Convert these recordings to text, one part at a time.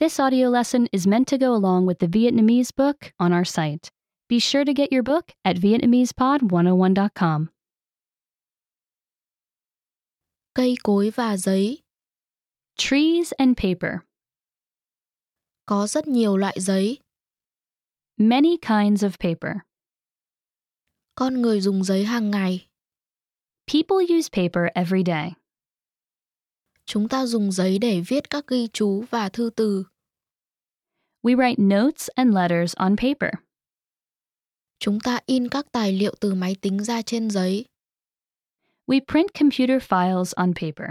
This audio lesson is meant to go along with the Vietnamese book on our site. Be sure to get your book at VietnamesePod101.com. Cây cối và giấy Trees and paper. Có rất nhiều loại giấy. Many kinds of paper. Con người dùng giấy hàng ngày. People use paper every day. Chúng ta dùng giấy để viết các ghi chú và thư từ. We write notes and letters on paper. Chúng ta in các tài liệu từ máy tính ra trên giấy. We print computer files on paper.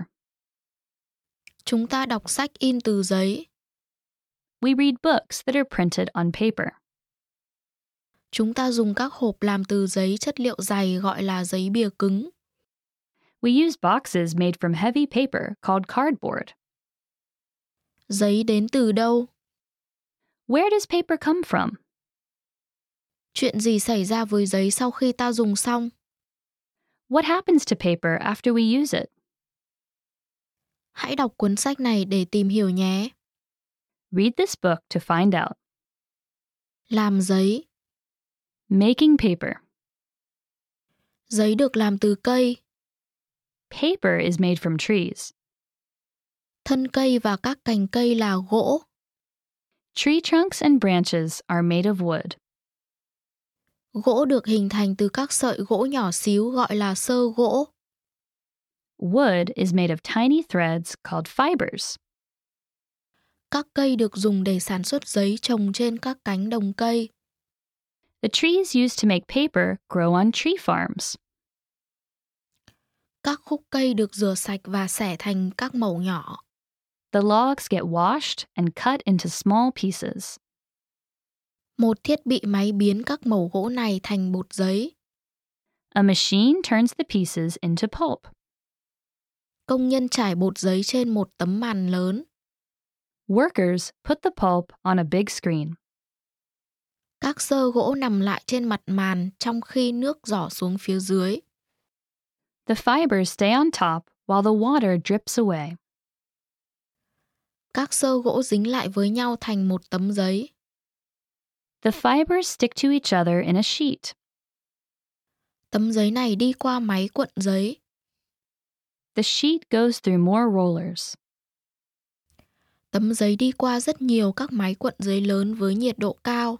Chúng ta đọc sách in từ giấy. We read books that are printed on paper. Chúng ta dùng các hộp làm từ giấy chất liệu dày gọi là giấy bìa cứng. We use boxes made from heavy paper called cardboard. Giấy đến từ đâu? Where does paper come from? Chuyện gì xảy ra với giấy sau khi ta dùng xong? What happens to paper after we use it? Hãy đọc cuốn sách này để tìm hiểu nhé. Read this book to find out. Làm giấy. Making paper. Giấy được làm từ cây, Paper is made from trees. thân cây và các cành cây là gỗ. Tree trunks and branches are made of wood. Gỗ được hình thành từ các sợi gỗ nhỏ xíu gọi là sơ gỗ. Wood is made of tiny threads called fibers. Các cây được dùng để sản xuất giấy trồng trên các cánh đồng cây. The trees used to make paper grow on tree farms. Các khúc cây được rửa sạch và xẻ thành các mẩu nhỏ. The logs get washed and cut into small pieces. Một thiết bị máy biến các mẩu gỗ này thành bột giấy. A machine turns the pieces into pulp. Công nhân trải bột giấy trên một tấm màn lớn. Workers put the pulp on a big screen. Các sơ gỗ nằm lại trên mặt màn trong khi nước giỏ xuống phía dưới. The fibers stay on top while the water drips away. Các sơ gỗ dính lại với nhau thành một tấm giấy. The fibers stick to each other in a sheet. Tấm giấy này đi qua máy cuộn giấy. The sheet goes through more rollers. Tấm giấy đi qua rất nhiều các máy cuộn giấy lớn với nhiệt độ cao.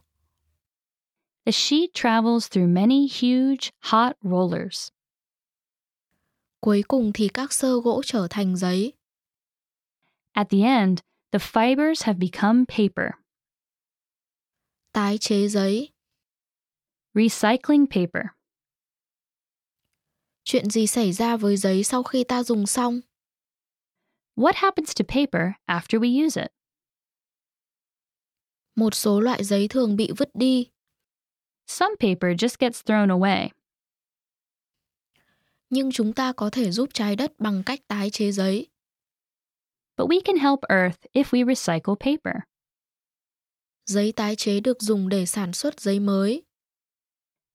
The sheet travels through many huge, hot rollers. Cuối cùng thì các sơ gỗ trở thành giấy. At the end, the fibers have become paper. Tái chế giấy. Recycling paper. Chuyện gì xảy ra với giấy sau khi ta dùng xong? What happens to paper after we use it? Một số loại giấy thường bị vứt đi. Some paper just gets thrown away, Nhưng chúng ta có thể giúp trái đất bằng cách tái chế giấy. but we can help Earth if we recycle paper. Giấy tái chế được dùng để sản xuất giấy mới.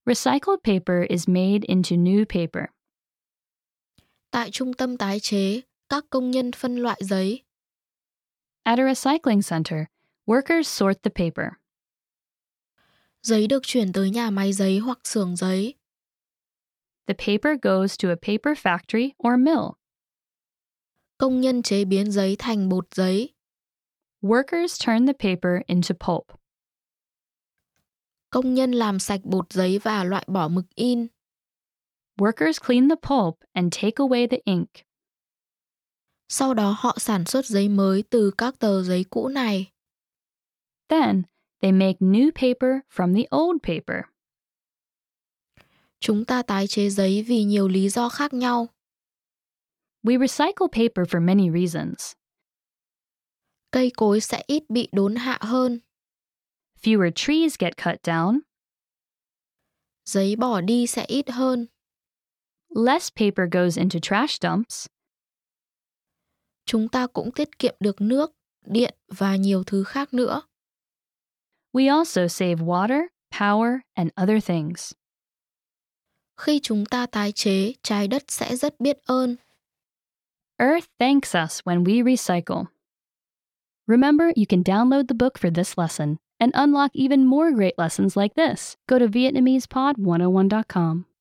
Recycled paper is made into new paper. Tại trung tâm tái chế, các công nhân phân loại giấy. At a recycling center, workers sort the paper. Giấy được chuyển tới nhà máy giấy hoặc xưởng giấy. The paper goes to a paper factory or mill. Công nhân chế biến giấy thành bột giấy. Workers turn the paper into pulp. Công nhân làm sạch bột giấy và loại bỏ mực in. Workers clean the pulp and take away the ink. Sau đó họ sản xuất giấy mới từ các tờ giấy cũ này. Then they make new paper from the old paper. Chúng ta tái chế giấy vì nhiều lý do khác nhau. We recycle paper for many reasons. Cây cối sẽ ít bị đốn hạ hơn, Fewer trees get cut down, giấy bỏ đi sẽ ít hơn. less paper goes into trash dumps, Chúng ta cũng tiết kiệm được nước, điện và nhiều thứ khác nữa. We also save water, power, and other things. Khi chúng ta tái chế, trái đất sẽ rất biết ơn. Earth thanks us when we recycle. Remember, you can download the book for this oh lesson and unlock even more great lessons like this. Go to VietnamesePod101.com.